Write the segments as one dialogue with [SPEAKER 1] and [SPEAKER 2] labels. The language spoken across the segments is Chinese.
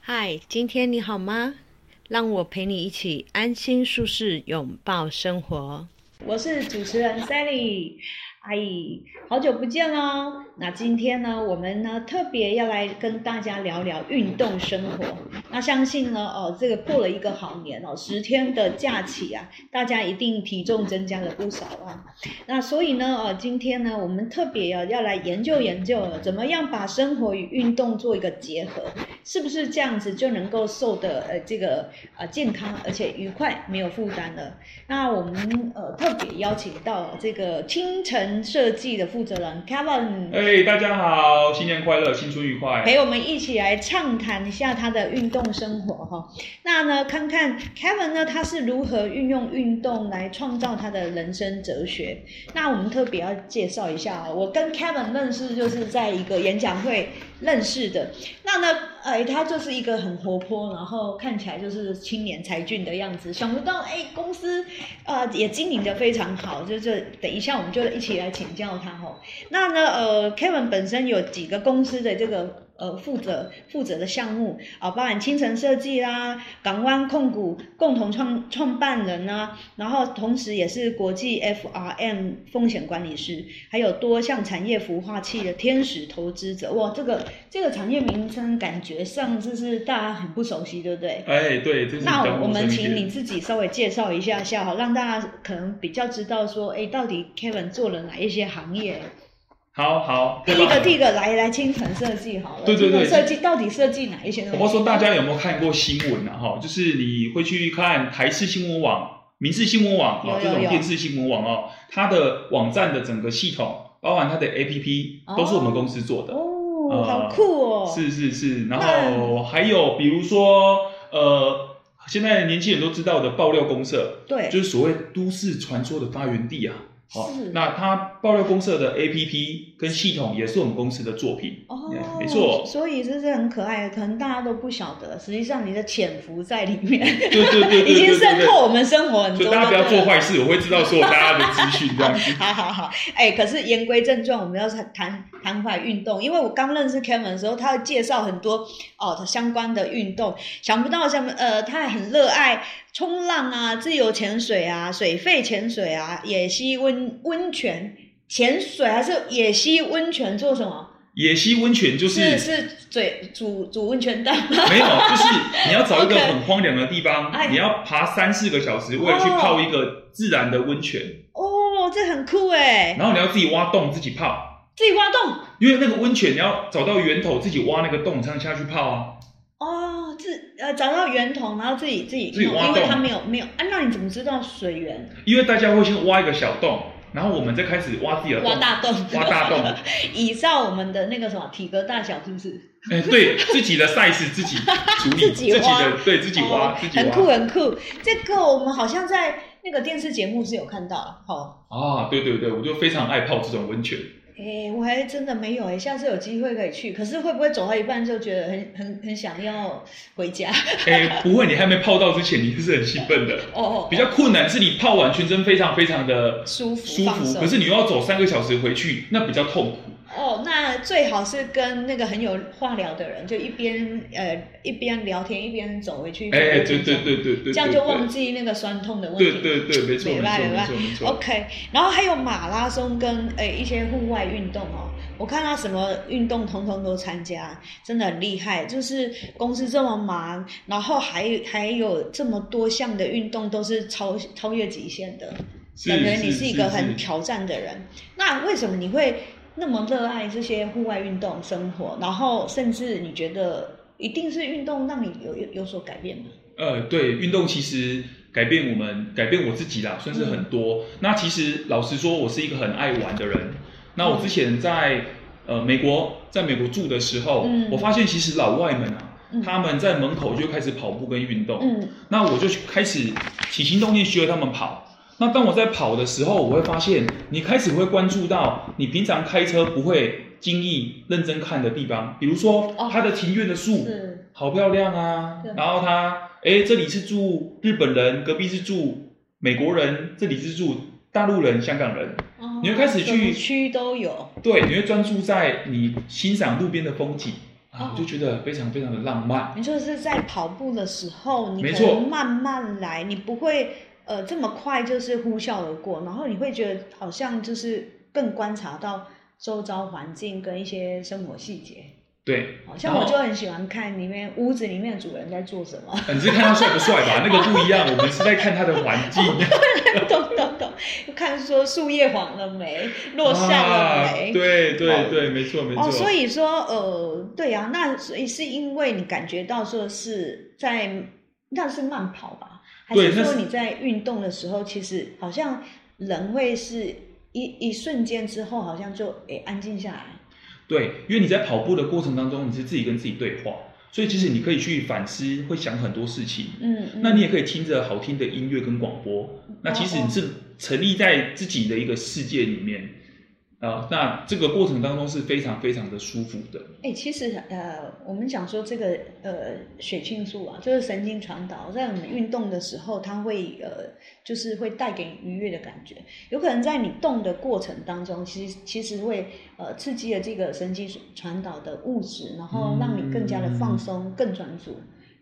[SPEAKER 1] 嗨，今天你好吗？让我陪你一起安心舒适拥抱生活。
[SPEAKER 2] 我是主持人 Sally，阿姨，好久不见喽。那今天呢，我们呢特别要来跟大家聊聊运动生活。那相信呢，哦，这个过了一个好年哦，十天的假期啊，大家一定体重增加了不少啊。那所以呢，哦，今天呢，我们特别要要来研究研究，怎么样把生活与运动做一个结合，是不是这样子就能够瘦的呃这个呃健康而且愉快，没有负担了。那我们呃特别邀请到这个清晨设计的负责人 Kevin
[SPEAKER 3] 哎、大家好，新年快乐，新春愉快。
[SPEAKER 2] 陪我们一起来畅谈一下他的运动生活哈。那呢，看看 Kevin 呢，他是如何运用运动来创造他的人生哲学。那我们特别要介绍一下哦，我跟 Kevin 认识就是在一个演讲会认识的。那呢，哎，他就是一个很活泼，然后看起来就是青年才俊的样子。想不到，哎，公司呃也经营的非常好，就是等一下我们就一起来请教他哦。那呢，呃，Kevin 本身有几个公司的这个呃负责负责的项目啊、包含清晨设计啦、港湾控股共同创创办人啊，然后同时也是国际 FRM 风险管理师，还有多项产业孵化器的天使投资者。哇，这个这个产业名称感觉上就是大家很不熟悉，对不对？
[SPEAKER 3] 哎、对，这是比较
[SPEAKER 2] 那我
[SPEAKER 3] 陌生
[SPEAKER 2] 们
[SPEAKER 3] 一
[SPEAKER 2] 请
[SPEAKER 3] 点
[SPEAKER 2] 你自己稍微介绍一下下哈，让大家可能比较知道说，哎，到底 Kevin 做了哪一些行业？
[SPEAKER 3] 好好，
[SPEAKER 2] 第
[SPEAKER 3] 对
[SPEAKER 2] 一个，
[SPEAKER 3] 吧？
[SPEAKER 2] 第一个来来清晨设计好了。
[SPEAKER 3] 对对对
[SPEAKER 2] 清晨设计到底设计哪一些东西？
[SPEAKER 3] 我不知道大家有没有看过新闻啊？哈，就是你会去看台视新闻网、民视新闻网
[SPEAKER 2] 有
[SPEAKER 3] 啊
[SPEAKER 2] 有
[SPEAKER 3] 这种
[SPEAKER 2] 有
[SPEAKER 3] 电视新闻网哦，它的网站的整个系统，包含它的 APP，都是我们公司做的。
[SPEAKER 2] 哦，
[SPEAKER 3] 呃
[SPEAKER 2] 好酷哦！
[SPEAKER 3] 是是是，然
[SPEAKER 2] 那
[SPEAKER 3] 后还有比如说呃，现在年轻人都知道的爆料公社，
[SPEAKER 2] 对，
[SPEAKER 3] 就是所谓都市传说的发源地啊。好
[SPEAKER 2] 是，
[SPEAKER 3] 那它爆料公社的 APP 跟系统也是我们公司的作 品。
[SPEAKER 2] 哦
[SPEAKER 3] 哎，没错
[SPEAKER 2] 所以这是很可爱的，可能大家都不晓得，实际上你的潜伏在里面，
[SPEAKER 3] 对对对对对
[SPEAKER 2] 已经
[SPEAKER 3] 对对
[SPEAKER 2] 渗透我们生活很
[SPEAKER 3] 所
[SPEAKER 2] 多。
[SPEAKER 3] 以大家不要
[SPEAKER 2] 对
[SPEAKER 3] 做
[SPEAKER 2] 了
[SPEAKER 3] 坏事，我会知道所有大家的资讯这样 子。
[SPEAKER 2] 好好好，哎、可是言归正传，我们要谈谈谈回来运动，因为我刚认识 Kevin 的时候，他介绍很多哦相关的运动，想不到像呃，他也很热爱冲浪啊、自由潜水啊、水肺潜水啊、野溪温温泉潜水，还是野溪温泉做什么？
[SPEAKER 3] 野溪温泉就是
[SPEAKER 2] 是是嘴煮煮温泉蛋吗？
[SPEAKER 3] 没有，就是你要找一个
[SPEAKER 2] OK
[SPEAKER 3] 很荒凉的地方
[SPEAKER 2] 哎，
[SPEAKER 3] 你要爬三四个小时，为了去
[SPEAKER 2] 哦
[SPEAKER 3] 泡一个自然的温泉，
[SPEAKER 2] 哦，这很酷哎，
[SPEAKER 3] 然后你要自己挖洞自己泡，
[SPEAKER 2] 自己挖洞
[SPEAKER 3] 因为那个温泉你要找到源头，自己挖那个洞，这样下去泡啊。
[SPEAKER 2] 哦，自呃找到源头，然后自己自己
[SPEAKER 3] 自己
[SPEAKER 2] 弄
[SPEAKER 3] 挖
[SPEAKER 2] 因为
[SPEAKER 3] 洞
[SPEAKER 2] 他没有没有，啊，那你怎么知道水源？
[SPEAKER 3] 因为大家会先挖一个小洞，然后我们再开始挖自己的洞，
[SPEAKER 2] 挖大洞，
[SPEAKER 3] 挖大洞。
[SPEAKER 2] 依照我们的那个什么体格大小，是不是？
[SPEAKER 3] 哎，对自己的 size 自己处理，
[SPEAKER 2] 自
[SPEAKER 3] 自
[SPEAKER 2] 己挖
[SPEAKER 3] 的对自己挖，
[SPEAKER 2] 哦
[SPEAKER 3] 自己
[SPEAKER 2] 很酷
[SPEAKER 3] 挖
[SPEAKER 2] 很酷。这个我们好像在那个电视节目是有看到了，哦。
[SPEAKER 3] 啊，对对对，我就非常爱泡这种温泉。
[SPEAKER 2] 哎，我还真的没有哎，下次有机会可以去。可是会不会走到一半就觉得很很很想要回家？
[SPEAKER 3] 哎、不会，你还没泡到之前，你是很兴奋的。
[SPEAKER 2] 哦，
[SPEAKER 3] 比较困难是你泡完全身非常非常的
[SPEAKER 2] 舒服
[SPEAKER 3] 舒
[SPEAKER 2] 放
[SPEAKER 3] 服，
[SPEAKER 2] 松
[SPEAKER 3] 可是你又要走三个小时回去，那比较痛苦。
[SPEAKER 2] 哦，那最好是跟那个很有话聊的人，就一边呃一边聊天一边走回去。
[SPEAKER 3] 哎、对对对对对对，
[SPEAKER 2] 这样就忘记那个酸痛的问题。
[SPEAKER 3] 对。对对对，没错
[SPEAKER 2] 没
[SPEAKER 3] 没
[SPEAKER 2] 办
[SPEAKER 3] 错
[SPEAKER 2] 没办
[SPEAKER 3] 没错没错。
[SPEAKER 2] OK，然后还有马拉松跟诶、一些户外运动哦，我看他什么运动通通都参加，真的很厉害。就是公司这么忙，然后还还有这么多项的运动都是超超越极限的，
[SPEAKER 3] 是
[SPEAKER 2] 感觉你
[SPEAKER 3] 是
[SPEAKER 2] 是一个
[SPEAKER 3] 是
[SPEAKER 2] 很
[SPEAKER 3] 是
[SPEAKER 2] 挑战的人。那为什么你会那么热爱这些户外运动生活？然后甚至你觉得一定是运动让你有有有所改变吗？
[SPEAKER 3] 呃，对，运动其实改变我们，改变我自己啦，算是很多。
[SPEAKER 2] 嗯
[SPEAKER 3] 那其实老实说，我是一个很爱玩的人。那我之前在呃美国，在美国住的时候，
[SPEAKER 2] 嗯
[SPEAKER 3] 我发现其实老外们啊，
[SPEAKER 2] 嗯
[SPEAKER 3] 他们在门口就开始跑步跟运动。
[SPEAKER 2] 嗯
[SPEAKER 3] 那我就开始起心动念学他们跑。那当我在跑的时候，我会发现你开始会关注到你平常开车不会经意认真看的地方，比如说
[SPEAKER 2] 哦
[SPEAKER 3] 它的庭院的树。
[SPEAKER 2] 是
[SPEAKER 3] 好漂亮啊
[SPEAKER 2] 对！
[SPEAKER 3] 然后他，哎，这里是住日本人，隔壁是住美国人，这里是住大陆人、香港人。
[SPEAKER 2] 哦
[SPEAKER 3] 你会开始
[SPEAKER 2] 什么
[SPEAKER 3] 去
[SPEAKER 2] 区都有。
[SPEAKER 3] 对，你会专注在你欣赏路边的风景，
[SPEAKER 2] 哦
[SPEAKER 3] 啊，我就觉得非常非常的浪漫。
[SPEAKER 2] 你就是在跑步的时候，你
[SPEAKER 3] 没
[SPEAKER 2] 可
[SPEAKER 3] 错
[SPEAKER 2] 能慢慢来，你不会呃这么快就是呼啸而过，然后你会觉得好像就是更观察到周遭环境跟一些生活细节。
[SPEAKER 3] 对，
[SPEAKER 2] 好像
[SPEAKER 3] 然
[SPEAKER 2] 我
[SPEAKER 3] 后
[SPEAKER 2] 就很喜欢看里面屋子里面的主人在做什么，
[SPEAKER 3] 你是看他帅不帅 吧？那个不一样，我们是在看他的环境。
[SPEAKER 2] 懂懂懂，看说树叶黄了没，落下了没。
[SPEAKER 3] 啊对对
[SPEAKER 2] 哦
[SPEAKER 3] 对，没错没错。
[SPEAKER 2] 哦，所以说，呃，对啊，那所以是因为你感觉到说是在那是慢跑吧，还
[SPEAKER 3] 对
[SPEAKER 2] 是
[SPEAKER 3] 那
[SPEAKER 2] 说
[SPEAKER 3] 是
[SPEAKER 2] 你在运动的时候，其实好像人会是一一瞬间之后，好像就诶安静下来。
[SPEAKER 3] 对，因为你在跑步的过程当中，你是自己跟自己对话，所以其实你可以去反思，会想很多事情。
[SPEAKER 2] 嗯，嗯
[SPEAKER 3] 那你也可以听着好听的音乐跟广播，那其实你是沉溺在自己的一个世界里面，啊、那这个过程当中是非常非常的舒服的。
[SPEAKER 2] 哎、其实呃，我们讲说这个呃血清素啊，就是神经传导，在我们运动的时候，它会呃，就是会带给你愉悦的感觉。有可能在你动的过程当中，其实其实会呃刺激了这个神经传导的物质，然
[SPEAKER 3] 嗯
[SPEAKER 2] 后让你更加的放松、更专注。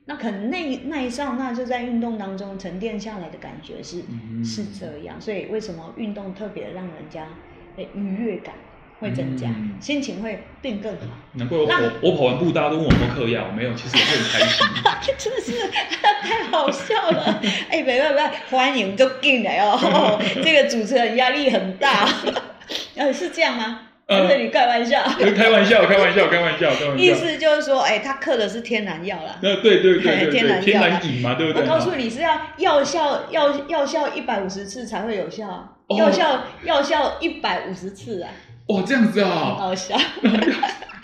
[SPEAKER 2] 那可能那一那一刹那就在运动当中沉淀下来的感觉是、
[SPEAKER 3] 嗯
[SPEAKER 2] 是这样，所以为什么运动特别让人家的愉悦感会增加，
[SPEAKER 3] 嗯
[SPEAKER 2] 心情会变更好。
[SPEAKER 3] 难怪我跑
[SPEAKER 2] 那
[SPEAKER 3] 我跑完步，大家都问我有没有嗑药，没有，其实我会很开心。
[SPEAKER 2] 真的是 太好笑了！哎、没办法，欢迎就进来哦。 这个主持人压力很大， 呃，是这样吗？
[SPEAKER 3] 呃嗯
[SPEAKER 2] 还是你开玩笑？
[SPEAKER 3] 开玩笑，开玩笑，开玩笑，开玩
[SPEAKER 2] 意
[SPEAKER 3] 笑。
[SPEAKER 2] 思就是说，哎、他嗑的是天然药啦。
[SPEAKER 3] 那对对对 对
[SPEAKER 2] 哎天
[SPEAKER 3] 对，
[SPEAKER 2] 然
[SPEAKER 3] 天
[SPEAKER 2] 药
[SPEAKER 3] 然饮嘛，对不
[SPEAKER 2] 我
[SPEAKER 3] 对？
[SPEAKER 2] 告诉你是要药效药药效一百五十次才会有效啊，
[SPEAKER 3] 哦
[SPEAKER 2] 药效药效一百五十次啊，
[SPEAKER 3] 哦，这样子
[SPEAKER 2] 很
[SPEAKER 3] 啊、
[SPEAKER 2] 好笑。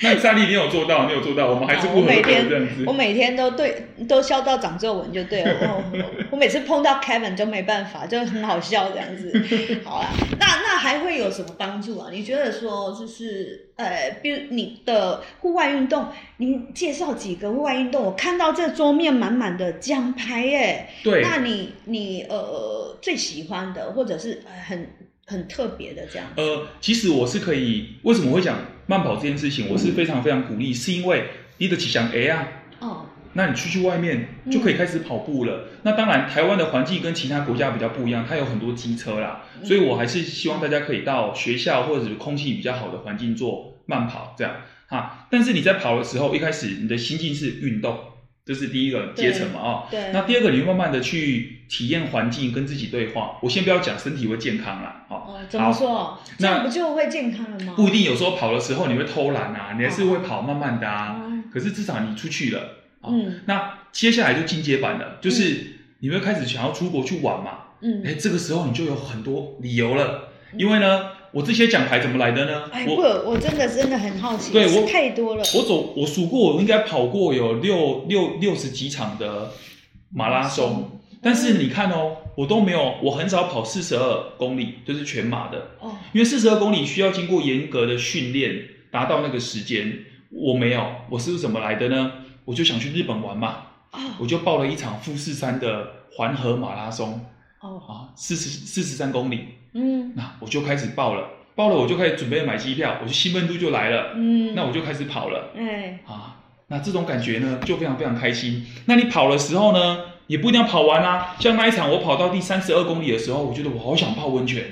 [SPEAKER 3] 那萨莉，你有做到，你有做到，我们还是
[SPEAKER 2] 啊
[SPEAKER 3] 不
[SPEAKER 2] 我
[SPEAKER 3] 合
[SPEAKER 2] 每
[SPEAKER 3] 格
[SPEAKER 2] 天
[SPEAKER 3] 这样子
[SPEAKER 2] 我。每天都对都笑到长皱纹就对 了。我我我每次碰到 Kevin 就没办法，就很好笑这样 子。好啦，那那还会有什么帮助啊？你觉得说就是呃，比如你的户外运动，你介绍几个户外运动？我看到这桌面满满的奖牌耶。
[SPEAKER 3] 对，
[SPEAKER 2] 那你你呃最喜欢的，或者是呃很很特别的这样？
[SPEAKER 3] 呃，其实我是可以，为什么会讲慢跑这件事情？我是非常非常鼓励，是因为你的起想哎啊，
[SPEAKER 2] 哦，
[SPEAKER 3] 那你出去外面就可以开始跑步
[SPEAKER 2] 嗯
[SPEAKER 3] 了。那当然，台湾的环境跟其他国家比较不一样，它有很多机车啦，
[SPEAKER 2] 嗯
[SPEAKER 3] 所以我还是希望大家可以到学校或者是空气比较好的环境做慢跑这样哈。但是你在跑的时候，一开始你的心境是运动，这是第一个阶层嘛哦。
[SPEAKER 2] 对，
[SPEAKER 3] 那第二个，你会慢慢的去体验环境，跟自己对话。我先不要讲身体会健康啦，哦，
[SPEAKER 2] 哦怎么
[SPEAKER 3] 好
[SPEAKER 2] 说？这
[SPEAKER 3] 那
[SPEAKER 2] 样不就会健康了吗？
[SPEAKER 3] 不一定有时候跑的时候你会偷懒啊，你还是会跑慢慢的啊。
[SPEAKER 2] 哦
[SPEAKER 3] 可是至少你出去了。哦
[SPEAKER 2] 嗯
[SPEAKER 3] 那接下来就进阶版了，就是你会开始想要出国去玩嘛？
[SPEAKER 2] 嗯
[SPEAKER 3] 哎、，这个时候你就有很多理由了，因为呢，我这些奖牌怎么来的呢
[SPEAKER 2] 哎，？
[SPEAKER 3] 我
[SPEAKER 2] 我我真的真的很好奇，
[SPEAKER 3] 对我
[SPEAKER 2] 是太多了。
[SPEAKER 3] 我走我数过，我应该跑过有六六六十几场的马拉松，但是你看哦，我都没有，我很少跑四十二公里，就是全马的，
[SPEAKER 2] 哦，
[SPEAKER 3] 因为四十二公里需要经过严格的训练达到那个时间，我没有，我是怎么来的呢？我就想去日本玩嘛，
[SPEAKER 2] 哦
[SPEAKER 3] 我就报了一场富士山的环河马拉松
[SPEAKER 2] 哦，
[SPEAKER 3] 啊，四十四十三公里，
[SPEAKER 2] 嗯
[SPEAKER 3] 那我就开始报了，报了我就开始准备买机票，我就兴奋度就来了，
[SPEAKER 2] 嗯，
[SPEAKER 3] 那
[SPEAKER 2] 我
[SPEAKER 3] 我就开始跑了
[SPEAKER 2] 哎，
[SPEAKER 3] 啊，那这种感觉呢就非常非常开心。那你跑的时候呢，也不一定要跑完啊，像那一场我跑到第三十二公里的时候，我觉得我好想泡温泉，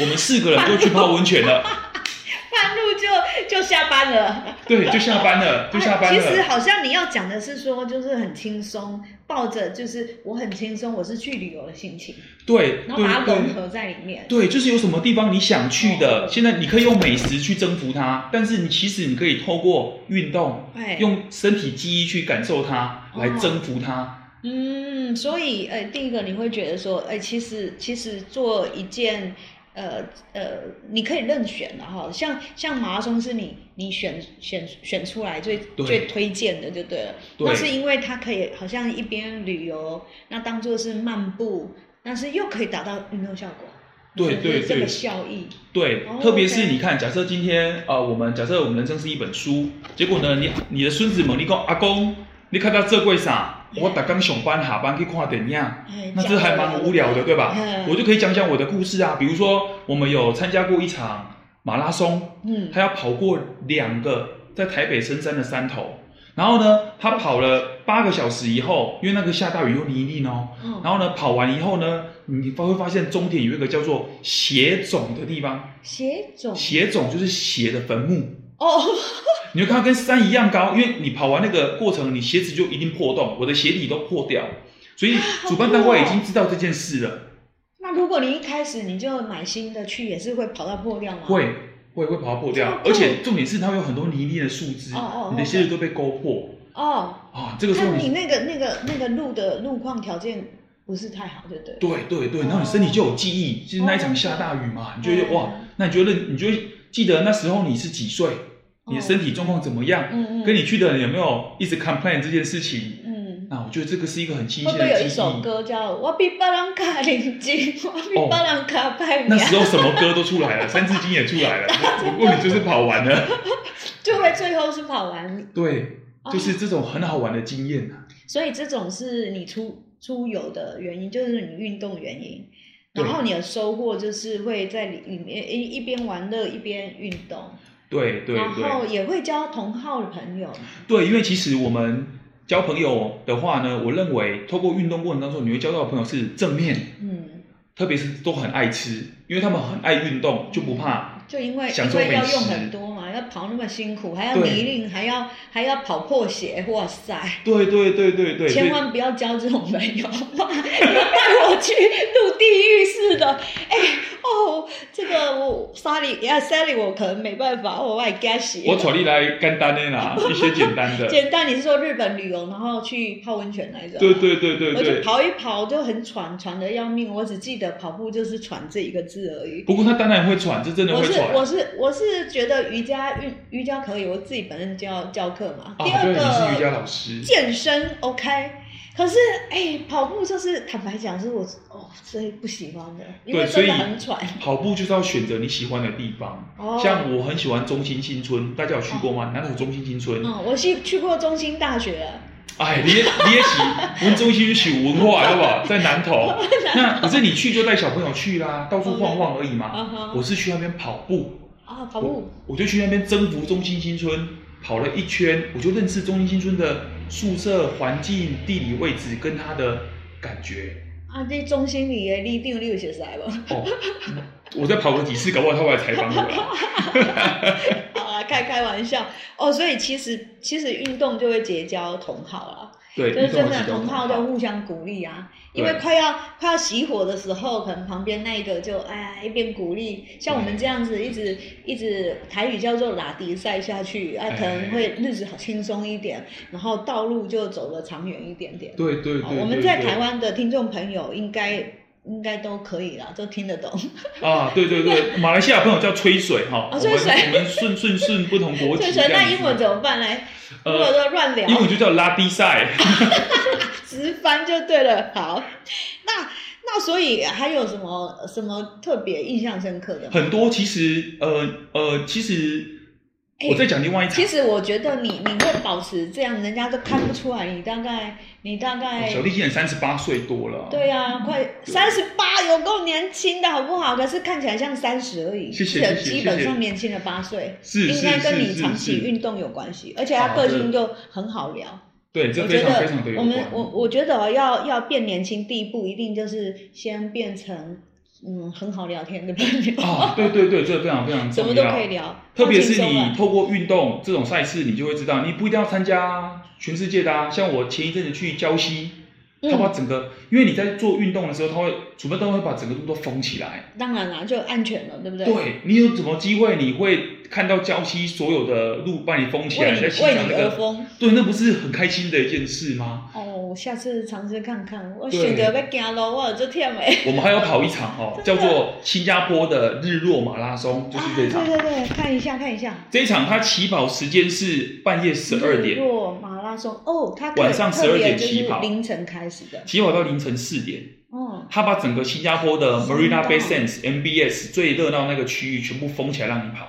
[SPEAKER 3] 我们四个人就去泡温泉了，
[SPEAKER 2] 半路就就下班了，
[SPEAKER 3] 对，就下班了，就下班
[SPEAKER 2] 哎 其实
[SPEAKER 3] 了，
[SPEAKER 2] 好像你要讲的是说，就是很轻松，抱着就是我很轻松，我是去旅游的心情，
[SPEAKER 3] 对，
[SPEAKER 2] 然后
[SPEAKER 3] 对
[SPEAKER 2] 把它
[SPEAKER 3] 对
[SPEAKER 2] 融合在里面。
[SPEAKER 3] 对，就是有什么地方你想去的，
[SPEAKER 2] 哦
[SPEAKER 3] 现在你可以用美食去征服它，但是你其实你可以透过运动，
[SPEAKER 2] 哎，
[SPEAKER 3] 用身体记忆去感受它，
[SPEAKER 2] 哦
[SPEAKER 3] 来征服它。
[SPEAKER 2] 嗯，所以呃，第一个你会觉得说，哎，其实其实做一件，呃呃，你可以任选的哈，像像马拉松是你你选选选出来最
[SPEAKER 3] 对
[SPEAKER 2] 最推荐的就对了，
[SPEAKER 3] 对
[SPEAKER 2] 那是因为它可以好像一边旅游，那当做是漫步，但是又可以达到运动效果，
[SPEAKER 3] 对
[SPEAKER 2] 就是
[SPEAKER 3] 对
[SPEAKER 2] 这
[SPEAKER 3] 对
[SPEAKER 2] 个效益，
[SPEAKER 3] 对，
[SPEAKER 2] 哦
[SPEAKER 3] 特别是
[SPEAKER 2] OK
[SPEAKER 3] 你看，假设今天啊、呃我们假设我们人生是一本书，结果
[SPEAKER 2] 嗯
[SPEAKER 3] 呢，你你的孙子们，你讲阿公，你看到这柜啥？
[SPEAKER 2] 嗯
[SPEAKER 3] 我打刚上班下班去看电影，
[SPEAKER 2] 哎
[SPEAKER 3] 那这还蛮无聊的，对吧？我
[SPEAKER 2] 嗯
[SPEAKER 3] 就可以讲讲我的故事啊，比如说我们有参加过一场马拉松，
[SPEAKER 2] 嗯
[SPEAKER 3] 他要跑过两个在台北深山的山头。然后呢，他跑了八个小时以后，因为那个下大雨又泥泞哦，
[SPEAKER 2] 嗯
[SPEAKER 3] 然后呢，跑完以后呢，你发会发现终点有一个叫做血冢的地方，
[SPEAKER 2] 血肿
[SPEAKER 3] 血冢就是血的坟墓，
[SPEAKER 2] 哦，
[SPEAKER 3] 你会看到跟山一样高，因为你跑完那个过程，你鞋子就一定破洞，我的鞋底都破掉，所以主办单位已经知道这件事了，
[SPEAKER 2] 那如果你一开始你就买新的去，也是会跑到破掉吗？
[SPEAKER 3] 会会会跑到破掉，
[SPEAKER 2] 这么酷
[SPEAKER 3] 而且重点是它会有很多泥泞的树枝，
[SPEAKER 2] 哦哦哦
[SPEAKER 3] 你的鞋子都被勾破
[SPEAKER 2] 哦，
[SPEAKER 3] 啊，这个时候
[SPEAKER 2] 看
[SPEAKER 3] 你
[SPEAKER 2] 你那个那个那个路的路况条件不是太好，对不对？
[SPEAKER 3] 对对对，
[SPEAKER 2] 哦
[SPEAKER 3] 然后你身体就有记忆，就是那一场下大雨嘛，你就会
[SPEAKER 2] 嗯
[SPEAKER 3] 哇，那你就认，你就会记得那时候你是几岁，你的身体状况怎么样，
[SPEAKER 2] 哦嗯嗯，
[SPEAKER 3] 跟你去的人有没有一直 complain 这件事情，
[SPEAKER 2] 嗯，
[SPEAKER 3] 那我觉得这个是一个很清
[SPEAKER 2] 会
[SPEAKER 3] 晰
[SPEAKER 2] 不会有
[SPEAKER 3] 的
[SPEAKER 2] 一
[SPEAKER 3] 记
[SPEAKER 2] 首
[SPEAKER 3] 忆。
[SPEAKER 2] 歌叫《我比巴朗卡邻居， 我比巴朗卡拜
[SPEAKER 3] 哦那
[SPEAKER 2] 年
[SPEAKER 3] 时》，候什么歌都出来了， 三字经也出来了，不过你就是跑 完了。
[SPEAKER 2] 就会最后是跑完，
[SPEAKER 3] 对，
[SPEAKER 2] 哦
[SPEAKER 3] 就是这种很好玩的经验啊。
[SPEAKER 2] 所以这种是你出出游的原因，就是你运动原因。
[SPEAKER 3] 对
[SPEAKER 2] 然后你的收获就是会在里里面一一边玩乐一边运动，
[SPEAKER 3] 对对
[SPEAKER 2] 然
[SPEAKER 3] 对
[SPEAKER 2] 后也会交同好的朋友。
[SPEAKER 3] 对，因为其实我们交朋友的话呢，我认为透过运动过程当中，你会交到的朋友是正面。
[SPEAKER 2] 嗯，
[SPEAKER 3] 特别是都很爱吃，因为他们很爱运动，就不怕。
[SPEAKER 2] 就因为
[SPEAKER 3] 享
[SPEAKER 2] 因
[SPEAKER 3] 受美
[SPEAKER 2] 为
[SPEAKER 3] 食
[SPEAKER 2] 要用很多嘛，要跑那么辛苦，还要
[SPEAKER 3] 对
[SPEAKER 2] 泥泞，还要还要跑破鞋，哇塞！
[SPEAKER 3] 对对对对对，
[SPEAKER 2] 千万不要交这种朋友， 哇！你带我去入地狱似的，哎、哦，这个我 Sally 呀 Sally 我可能没办法，哦我爱 g a s
[SPEAKER 3] 所以我找你来干单的啦，一些简单的。
[SPEAKER 2] 简单，你是说日本旅游然后去泡温泉来着？
[SPEAKER 3] 对对对对
[SPEAKER 2] 我就
[SPEAKER 3] 对。
[SPEAKER 2] 跑一跑就很喘，喘的要命。我只记得跑步就是喘这一个字而已。
[SPEAKER 3] 不过他当然会喘，这真的
[SPEAKER 2] 我
[SPEAKER 3] 会啊
[SPEAKER 2] 是我
[SPEAKER 3] 喘。
[SPEAKER 2] 是我是觉得瑜伽瑜瑜伽可以，我自己本身教教课嘛。
[SPEAKER 3] 啊，
[SPEAKER 2] 第二
[SPEAKER 3] 对，你是瑜伽
[SPEAKER 2] 个
[SPEAKER 3] 老师。
[SPEAKER 2] 健身 OK，可是哎、跑步就是坦白讲，是我哦最不喜欢的，因为
[SPEAKER 3] 对所
[SPEAKER 2] 真
[SPEAKER 3] 以
[SPEAKER 2] 的很喘。
[SPEAKER 3] 跑步就是要选择你喜欢的地方，
[SPEAKER 2] 哦，
[SPEAKER 3] 像我很喜欢中心新村，大家有去过吗？南投中心新村，
[SPEAKER 2] 嗯，我去去过中心大学啊了，
[SPEAKER 3] 哎，你也你也喜，我们中心是有文化，好不好？在南 投，
[SPEAKER 2] 哦
[SPEAKER 3] 那可是你去就带小朋友去啦，到处晃晃而已嘛。
[SPEAKER 2] 啊哈
[SPEAKER 3] 我是去那边跑步，
[SPEAKER 2] 啊，跑步
[SPEAKER 3] 我就去那边征服中心新村，跑了一圈，我就认识中心新村的宿舍环境、地理位置跟它的感觉。
[SPEAKER 2] 啊，这中心里的立定六学赛吧，
[SPEAKER 3] 哦， 我再跑过几次，搞不好他会来采访我 啊。
[SPEAKER 2] 啊，开开玩笑哦，所以其实其实运动就会结交同好啊啦。
[SPEAKER 3] 对，
[SPEAKER 2] 就是真的
[SPEAKER 3] 运动
[SPEAKER 2] 同
[SPEAKER 3] 会
[SPEAKER 2] 号
[SPEAKER 3] 是
[SPEAKER 2] 都互相鼓励啊，
[SPEAKER 3] 对
[SPEAKER 2] 因为快要快要熄火的时候，可能旁边那个就哎呀一边鼓励，像我们这样子一直一直台语叫做拉迪赛下去，啊
[SPEAKER 3] 哎，
[SPEAKER 2] 可能会日子好轻松一点，然后道路就走得长远一点点。
[SPEAKER 3] 对对对
[SPEAKER 2] 好
[SPEAKER 3] 对，
[SPEAKER 2] 哦我们在
[SPEAKER 3] 对
[SPEAKER 2] 台湾的听众朋友应该应该都可以啦，都听得懂。
[SPEAKER 3] 啊，对对 对，马来西亚朋友叫吹水哈，
[SPEAKER 2] 哦吹水
[SPEAKER 3] 我们我们顺顺顺不同国
[SPEAKER 2] 所
[SPEAKER 3] 籍
[SPEAKER 2] 以
[SPEAKER 3] 这
[SPEAKER 2] 说，
[SPEAKER 3] 样子。啊呃
[SPEAKER 2] 那英文怎么办嘞？如果说乱聊，
[SPEAKER 3] 英文就叫拉低赛，
[SPEAKER 2] 直翻就对了。好，那那所以还有什么什么特别印象深刻的吗？
[SPEAKER 3] 很多其实呃呃，其实我再讲另外一场
[SPEAKER 2] 哎其，实我觉得你你会保持这样，人家都看不出来。你大概你大概、
[SPEAKER 3] 哦小弟哦今年三十八岁多了，
[SPEAKER 2] 对啊，快三十八，有够年轻的好不好？可是看起来像三十而已，
[SPEAKER 3] 谢
[SPEAKER 2] 基
[SPEAKER 3] 谢
[SPEAKER 2] 本
[SPEAKER 3] 谢谢
[SPEAKER 2] 基本上年轻了八岁，
[SPEAKER 3] 是，是
[SPEAKER 2] 应该跟
[SPEAKER 3] 是
[SPEAKER 2] 你
[SPEAKER 3] 是
[SPEAKER 2] 长期
[SPEAKER 3] 是
[SPEAKER 2] 运动有关系，而且他
[SPEAKER 3] 啊
[SPEAKER 2] 个
[SPEAKER 3] 对
[SPEAKER 2] 性就很好聊。
[SPEAKER 3] 对，这
[SPEAKER 2] 我
[SPEAKER 3] 非
[SPEAKER 2] 觉
[SPEAKER 3] 常
[SPEAKER 2] 得
[SPEAKER 3] 非常的有
[SPEAKER 2] 我
[SPEAKER 3] 关
[SPEAKER 2] 们。我我觉得哦要要变年轻，第一步一定就是先变成嗯很好聊天的朋友，
[SPEAKER 3] 啊，对对对，这非常非常
[SPEAKER 2] 什么
[SPEAKER 3] 重
[SPEAKER 2] 都可
[SPEAKER 3] 要
[SPEAKER 2] 以。聊，
[SPEAKER 3] 特别
[SPEAKER 2] 放
[SPEAKER 3] 是
[SPEAKER 2] 轻松啊
[SPEAKER 3] 你
[SPEAKER 2] 了
[SPEAKER 3] 透过运动这种赛事，你就会知道，你不一定要参加全世界的啊。像我前一阵子去礁溪，他
[SPEAKER 2] 嗯，
[SPEAKER 3] 把整个，因为你在做运动的时候，他会主办单位会把整个路都封起来。
[SPEAKER 2] 当然啦，就安全了，对不对？
[SPEAKER 3] 对你有什么机会，你会看到礁溪所有的路把你封起来，
[SPEAKER 2] 为
[SPEAKER 3] 你
[SPEAKER 2] 你
[SPEAKER 3] 在欣
[SPEAKER 2] 为
[SPEAKER 3] 赏
[SPEAKER 2] 你
[SPEAKER 3] 那
[SPEAKER 2] 而
[SPEAKER 3] 个，
[SPEAKER 2] 疯
[SPEAKER 3] 对，那不是很开心的一件事吗？
[SPEAKER 2] 哦，我下次尝试看看。我
[SPEAKER 3] 对
[SPEAKER 2] 选择要行路，我有这忝的。
[SPEAKER 3] 我们还要跑一场哦，
[SPEAKER 2] 真
[SPEAKER 3] 叫
[SPEAKER 2] 的
[SPEAKER 3] 做新加坡的日落马拉松，就是这
[SPEAKER 2] 啊
[SPEAKER 3] 场。
[SPEAKER 2] 对对对，看一下看一下。
[SPEAKER 3] 这一场它起跑时间是半夜十二
[SPEAKER 2] 日
[SPEAKER 3] 点，
[SPEAKER 2] 落马拉松哦，它可以
[SPEAKER 3] 晚上
[SPEAKER 2] 特别
[SPEAKER 3] 12点
[SPEAKER 2] 就是
[SPEAKER 3] 起跑
[SPEAKER 2] 凌晨开始的。
[SPEAKER 3] 起跑到凌晨四点。
[SPEAKER 2] 哦，
[SPEAKER 3] 他把整个新加坡的
[SPEAKER 2] 知道
[SPEAKER 3] Marina Bay Sands MBS 最热闹那个区域全部封起来让你跑，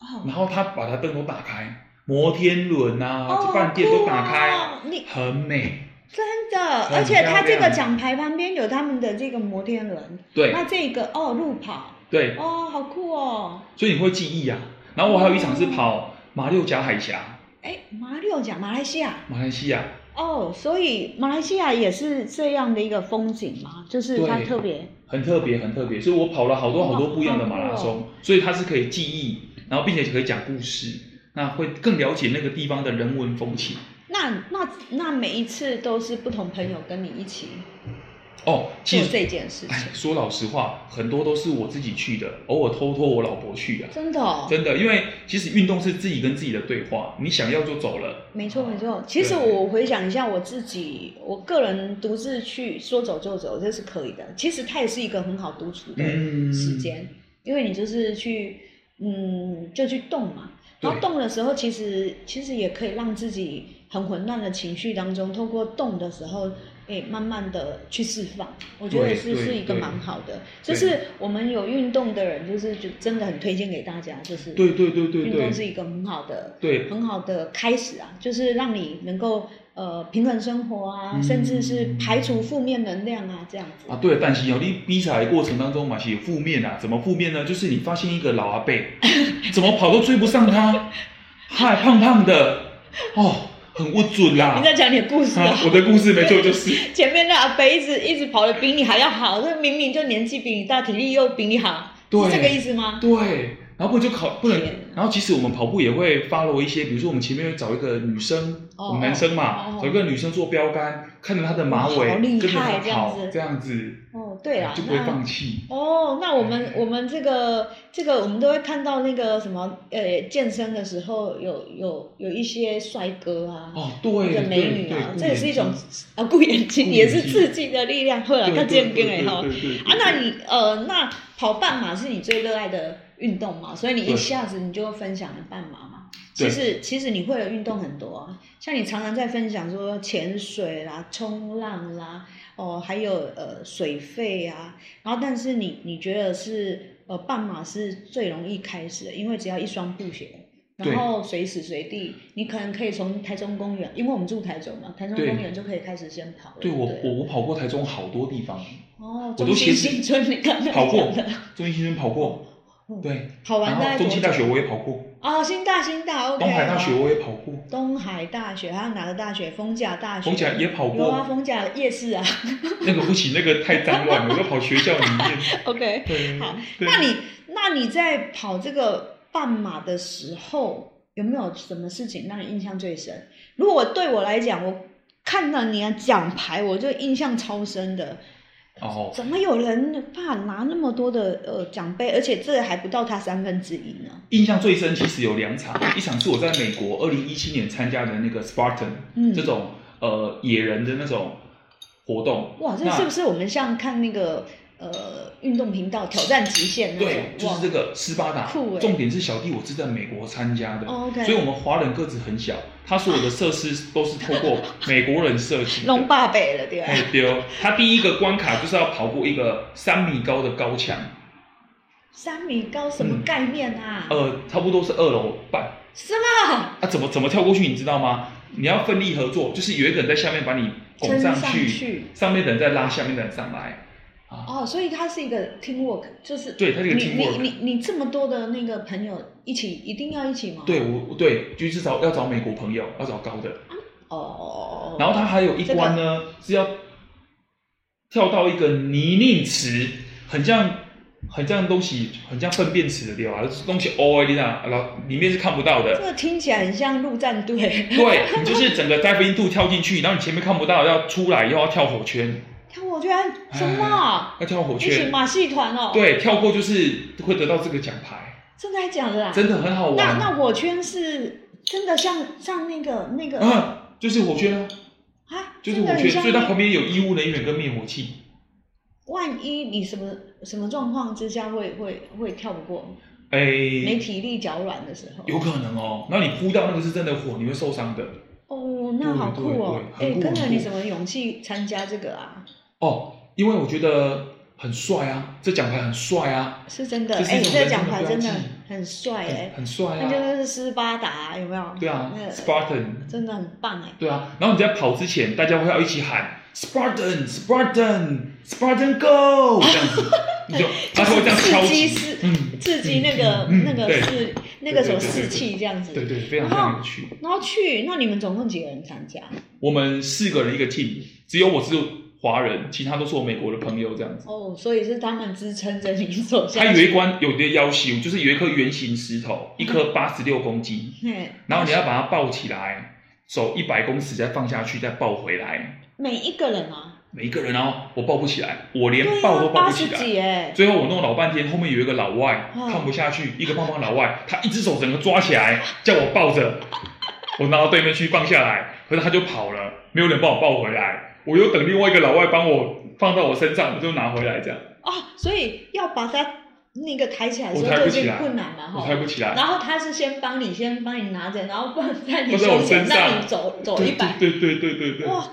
[SPEAKER 2] 哦，
[SPEAKER 3] 然后他把它灯都打开，摩天轮啊、
[SPEAKER 2] 哦
[SPEAKER 3] 饭店都打开，
[SPEAKER 2] 好酷哦你
[SPEAKER 3] 很美。
[SPEAKER 2] 真的，
[SPEAKER 3] 很
[SPEAKER 2] 而且它这个
[SPEAKER 3] 漂亮
[SPEAKER 2] 奖牌旁边有他们的这个摩天轮，
[SPEAKER 3] 对
[SPEAKER 2] 那这个哦路跑
[SPEAKER 3] 对，
[SPEAKER 2] 哦，好酷哦。
[SPEAKER 3] 所以你会记忆啊。然后我还有一场是跑马六甲海峡，
[SPEAKER 2] 哎，马六甲，马来西亚
[SPEAKER 3] 马来西亚，
[SPEAKER 2] 哦，所以马来西亚也是这样的一个风景嘛，就是它
[SPEAKER 3] 对
[SPEAKER 2] 特别
[SPEAKER 3] 很特别，很特别。所以我跑了好多好多不一样的马拉
[SPEAKER 2] 哦
[SPEAKER 3] 松，所以它是可以记忆，然后并且可以讲故事，那会更了解那个地方的人文风情。
[SPEAKER 2] 那那那每一次都是不同朋友跟你一起
[SPEAKER 3] 哦，
[SPEAKER 2] 做
[SPEAKER 3] 其实
[SPEAKER 2] 这件事
[SPEAKER 3] 哎
[SPEAKER 2] 情，，
[SPEAKER 3] 说老实话，很多都是我自己去的，偶尔偷偷我老婆去的。啊
[SPEAKER 2] 真的哦，
[SPEAKER 3] 真的，因为其实运动是自己跟自己的对话，你想要就走了。
[SPEAKER 2] 没错没错。其实
[SPEAKER 3] 对
[SPEAKER 2] 我回想一下我自己，我个人独自去说走就走，这是可以的。其实它也是一个很好独处的
[SPEAKER 3] 嗯，
[SPEAKER 2] 时间，因为你就是去，嗯，就去动嘛。然后
[SPEAKER 3] 对
[SPEAKER 2] 动的时候，其实其实也可以让自己很混乱的情绪当中，透过动的时候，哎，慢慢的去释放。我觉得
[SPEAKER 3] 对
[SPEAKER 2] 是
[SPEAKER 3] 对
[SPEAKER 2] 是一个
[SPEAKER 3] 对
[SPEAKER 2] 蛮好的，就
[SPEAKER 3] 对
[SPEAKER 2] 是我们有运动的人，就是就真的很推荐给大家，就是
[SPEAKER 3] 对对对对
[SPEAKER 2] 运动是
[SPEAKER 3] 对
[SPEAKER 2] 一个很好的
[SPEAKER 3] 对
[SPEAKER 2] 很好的开始啊，就是让你能够呃平衡生活啊，
[SPEAKER 3] 嗯
[SPEAKER 2] 甚至是排除负面能量啊，这样子。
[SPEAKER 3] 啊，对，但是有你比赛的过程当中嘛是有负面啊，怎么负面呢？就是你发现一个老阿 伯，怎么跑都追不上他，他还胖胖的，哦，很不准啦
[SPEAKER 2] 你。在讲你的故事
[SPEAKER 3] 啊
[SPEAKER 2] 啊，
[SPEAKER 3] 我的故事没错，就 是
[SPEAKER 2] 前面那阿肥一直一直跑的比你还要好，那明明就年纪比你大，体力又比你好，
[SPEAKER 3] 对
[SPEAKER 2] 是这个意思吗？
[SPEAKER 3] 对。然后不就考不能
[SPEAKER 2] 天，
[SPEAKER 3] 然后其实我们跑步也会 follow 一些，比如说我们前面会找一个女生，
[SPEAKER 2] 哦
[SPEAKER 3] 我们男生嘛
[SPEAKER 2] 哦，
[SPEAKER 3] 找一个女生做标杆，看着她的马
[SPEAKER 2] 哇
[SPEAKER 3] 尾
[SPEAKER 2] 好厉害，
[SPEAKER 3] 跟着她
[SPEAKER 2] 这样
[SPEAKER 3] 跑
[SPEAKER 2] 子，
[SPEAKER 3] 这样子，
[SPEAKER 2] 哦，对啦，
[SPEAKER 3] 就不会
[SPEAKER 2] 那
[SPEAKER 3] 放嗯弃。
[SPEAKER 2] 哦，那我们我们这个这个，我们都会看到那个什么，呃，健身的时候有有有一些帅哥啊，
[SPEAKER 3] 哦，
[SPEAKER 2] 或
[SPEAKER 3] 对
[SPEAKER 2] 者
[SPEAKER 3] 对
[SPEAKER 2] 美
[SPEAKER 3] 对，
[SPEAKER 2] 女啊，
[SPEAKER 3] 顾
[SPEAKER 2] 这也
[SPEAKER 3] 眼
[SPEAKER 2] 是一
[SPEAKER 3] 睛
[SPEAKER 2] 种啊，顾眼睛
[SPEAKER 3] 顾
[SPEAKER 2] 也
[SPEAKER 3] 眼
[SPEAKER 2] 是
[SPEAKER 3] 睛
[SPEAKER 2] 刺激的力量，会啦，
[SPEAKER 3] 对
[SPEAKER 2] 看健
[SPEAKER 3] 对
[SPEAKER 2] 跟哎
[SPEAKER 3] 对
[SPEAKER 2] 哈。
[SPEAKER 3] 对对
[SPEAKER 2] 啊，那你呃，那跑半马是你最热爱的运动嘛？所以你一
[SPEAKER 3] 对
[SPEAKER 2] 下子你就分享了半马嘛。其
[SPEAKER 3] 对
[SPEAKER 2] 实其实你会的运动很多啊，像你常常在分享说潜水啦、冲浪啦，哦，还有呃水肺啊，然后但是你你觉得是呃半马是最容易开始的，因为只要一双布鞋。然
[SPEAKER 3] 对
[SPEAKER 2] 后随时随地，你可能可以从台中公园，因为我们住台中嘛，台中
[SPEAKER 3] 对
[SPEAKER 2] 公园就可以开始先跑了。
[SPEAKER 3] 对我我
[SPEAKER 2] 不
[SPEAKER 3] 我跑过台中好多地方，
[SPEAKER 2] 哦，
[SPEAKER 3] 我
[SPEAKER 2] 中
[SPEAKER 3] 都
[SPEAKER 2] 心
[SPEAKER 3] 鞋子
[SPEAKER 2] 新村你刚才
[SPEAKER 3] 跑过
[SPEAKER 2] 讲的，
[SPEAKER 3] 中心新村跑过
[SPEAKER 2] 嗯，
[SPEAKER 3] 对，
[SPEAKER 2] 好玩
[SPEAKER 3] 然
[SPEAKER 2] 大概
[SPEAKER 3] 后中
[SPEAKER 2] 多
[SPEAKER 3] 心大
[SPEAKER 2] 久
[SPEAKER 3] 学我也跑过，
[SPEAKER 2] 哦，新大新大，OK。
[SPEAKER 3] 东海大学我也跑过，
[SPEAKER 2] 东海大学还有哪个大学？丰甲大学。
[SPEAKER 3] 逢甲也跑
[SPEAKER 2] 有啊，
[SPEAKER 3] 过，
[SPEAKER 2] 丰甲夜市啊。
[SPEAKER 3] 那个不行，那个太脏乱了，我就跑学校里面。
[SPEAKER 2] OK，
[SPEAKER 3] 对，
[SPEAKER 2] 好，
[SPEAKER 3] 对
[SPEAKER 2] 那你那你在跑这个半马的时候，有没有什么事情让你印象最深？如果对我来讲，我看到你的奖牌，我就印象超深的。
[SPEAKER 3] 哦，
[SPEAKER 2] 怎么有人怕拿那么多的呃奖杯，而且这还不到他三分之一呢？
[SPEAKER 3] 印象最深其实有两场，一场是我在美国二零一七年参加的那个 Spartan、
[SPEAKER 2] 嗯
[SPEAKER 3] 这种呃野人的那种活动，
[SPEAKER 2] 哇，这
[SPEAKER 3] 那
[SPEAKER 2] 是不是我们像看那个呃运动频道挑战极限那
[SPEAKER 3] 对，
[SPEAKER 2] 种？
[SPEAKER 3] 就
[SPEAKER 2] 哇
[SPEAKER 3] 是这个斯巴达
[SPEAKER 2] 酷欸。
[SPEAKER 3] 重点是小弟我是在美国参加的，
[SPEAKER 2] 哦，OK
[SPEAKER 3] 所以我们华人个子很小，他所有的设施都是透 过美国人设计的。
[SPEAKER 2] 龙霸北了，对吧？
[SPEAKER 3] 哎丢，他第一个关卡就是要跑过一个三米高的高墙，
[SPEAKER 2] 三米高什么概念啊？
[SPEAKER 3] 呃，差不多是二楼半。
[SPEAKER 2] 是吗？
[SPEAKER 3] 啊，怎么怎么跳过去，你知道吗？你要奋力合作，就是有一个人在下面把你拱上
[SPEAKER 2] 撑上
[SPEAKER 3] 去，
[SPEAKER 2] 去
[SPEAKER 3] 上面的人再拉下面的人上来。啊，
[SPEAKER 2] 哦，所以它是一个 teamwork，就是
[SPEAKER 3] 对它是一个
[SPEAKER 2] 你你
[SPEAKER 3] teamwork
[SPEAKER 2] 你你这么多的那个朋友一起，一定要一起吗？
[SPEAKER 3] 对，我我对，就是找要找美国朋友，要找高的。
[SPEAKER 2] 哦哦哦哦。
[SPEAKER 3] 然后它还有一关呢，是要跳到一个泥泞池，很像很像东西，很像粪便池的地方，东西 O A 啊，然后里面是看不到
[SPEAKER 2] 这
[SPEAKER 3] 的。
[SPEAKER 2] 个听起来很像陆战队，
[SPEAKER 3] 对你就是整个 dive into 跳进去，然后你前面看不到，要出来又要跳火圈，
[SPEAKER 2] 看我居然什么啊？
[SPEAKER 3] 要跳火
[SPEAKER 2] 一群
[SPEAKER 3] 圈。
[SPEAKER 2] 马戏团哦。，
[SPEAKER 3] 对，跳过就是会得到这个奖牌，
[SPEAKER 2] 真的还假的啊？
[SPEAKER 3] 真的很好
[SPEAKER 2] 那
[SPEAKER 3] 玩。
[SPEAKER 2] 那火圈是真的像像那个那个
[SPEAKER 3] 啊，就是火圈啊，
[SPEAKER 2] 啊，
[SPEAKER 3] 就是
[SPEAKER 2] 真的
[SPEAKER 3] 火
[SPEAKER 2] 很
[SPEAKER 3] 圈，
[SPEAKER 2] 像
[SPEAKER 3] 所以它
[SPEAKER 2] 那
[SPEAKER 3] 旁边有医务人员跟灭火器。
[SPEAKER 2] 万一你什么什么状况之下会会会跳不过，
[SPEAKER 3] 哎、
[SPEAKER 2] 没体力脚软的时候。
[SPEAKER 3] 有可能哦。那你扑到那个是真的火，你会受伤的。
[SPEAKER 2] 哦，那好酷哦！
[SPEAKER 3] 对
[SPEAKER 2] 哎
[SPEAKER 3] 对对很，酷
[SPEAKER 2] 跟着
[SPEAKER 3] 很
[SPEAKER 2] 你
[SPEAKER 3] 酷
[SPEAKER 2] 什么勇气参加这个啊？
[SPEAKER 3] 哦，因为我觉得很帅啊，这奖牌很帅啊，
[SPEAKER 2] 是真的，
[SPEAKER 3] 这是一
[SPEAKER 2] 哎，
[SPEAKER 3] 种
[SPEAKER 2] 这
[SPEAKER 3] 人
[SPEAKER 2] 奖
[SPEAKER 3] 生的
[SPEAKER 2] 牌
[SPEAKER 3] 标
[SPEAKER 2] 真的
[SPEAKER 3] 记
[SPEAKER 2] 很帅哎
[SPEAKER 3] 很，很帅
[SPEAKER 2] 那就
[SPEAKER 3] 啊。
[SPEAKER 2] 是斯巴达有没有？
[SPEAKER 3] 对啊
[SPEAKER 2] 那个
[SPEAKER 3] ，Spartan，
[SPEAKER 2] 真的很棒哎。
[SPEAKER 3] 对啊。然后你在跑之前，大家会要一起喊 Spartan Spartan Spartan Go 这样子，你就他会这样
[SPEAKER 2] 刺
[SPEAKER 3] 敲
[SPEAKER 2] 激
[SPEAKER 3] 击，
[SPEAKER 2] 是
[SPEAKER 3] 嗯，
[SPEAKER 2] 刺激那个
[SPEAKER 3] 嗯嗯
[SPEAKER 2] 那个
[SPEAKER 3] 对
[SPEAKER 2] 是那个时候士气这样子。
[SPEAKER 3] 对对，非常非常有趣。
[SPEAKER 2] 然后去，那你们总共几个人参加？
[SPEAKER 3] 我们四个人一个 team，只有我是华人，其他都是我美国的朋友这样子。
[SPEAKER 2] 哦，所以是他们支撑着你走下
[SPEAKER 3] 它有
[SPEAKER 2] 去。
[SPEAKER 3] 一关有的要求，就是有一颗圆形石头，一
[SPEAKER 2] 嗯
[SPEAKER 3] 颗八十六公斤，
[SPEAKER 2] 嘿，
[SPEAKER 3] 然后你要把它抱起来，走一百公尺再放下去，再抱回来。
[SPEAKER 2] 每一个人啊，
[SPEAKER 3] 每一个人哦，我抱不起来，我
[SPEAKER 2] 对
[SPEAKER 3] 连抱
[SPEAKER 2] 啊
[SPEAKER 3] 都，抱
[SPEAKER 2] 八
[SPEAKER 3] 不起
[SPEAKER 2] 十
[SPEAKER 3] 来。
[SPEAKER 2] 几哎，
[SPEAKER 3] 最后我弄老半天，后面有一个老外
[SPEAKER 2] 嗯
[SPEAKER 3] 看不下去，一个胖胖老外，他一只手整个抓起来，叫我抱着，我拿到对面去放下来，可是他就跑了，没有人帮我抱回来，我又等另外一个老外帮我放到我身上，我就拿回来这样，
[SPEAKER 2] 啊，所以要把它那个抬起来的时
[SPEAKER 3] 我抬
[SPEAKER 2] 候
[SPEAKER 3] 不
[SPEAKER 2] 就有
[SPEAKER 3] 起来
[SPEAKER 2] 点困难嘛
[SPEAKER 3] 我抬
[SPEAKER 2] 哈。
[SPEAKER 3] 不起来，
[SPEAKER 2] 然后他是先帮你，先帮你拿着，然后放在你
[SPEAKER 3] 放在我
[SPEAKER 2] 胸前，
[SPEAKER 3] 身上
[SPEAKER 2] 让你走走
[SPEAKER 3] 对
[SPEAKER 2] 一百。
[SPEAKER 3] 对对对对对，
[SPEAKER 2] 哇靠！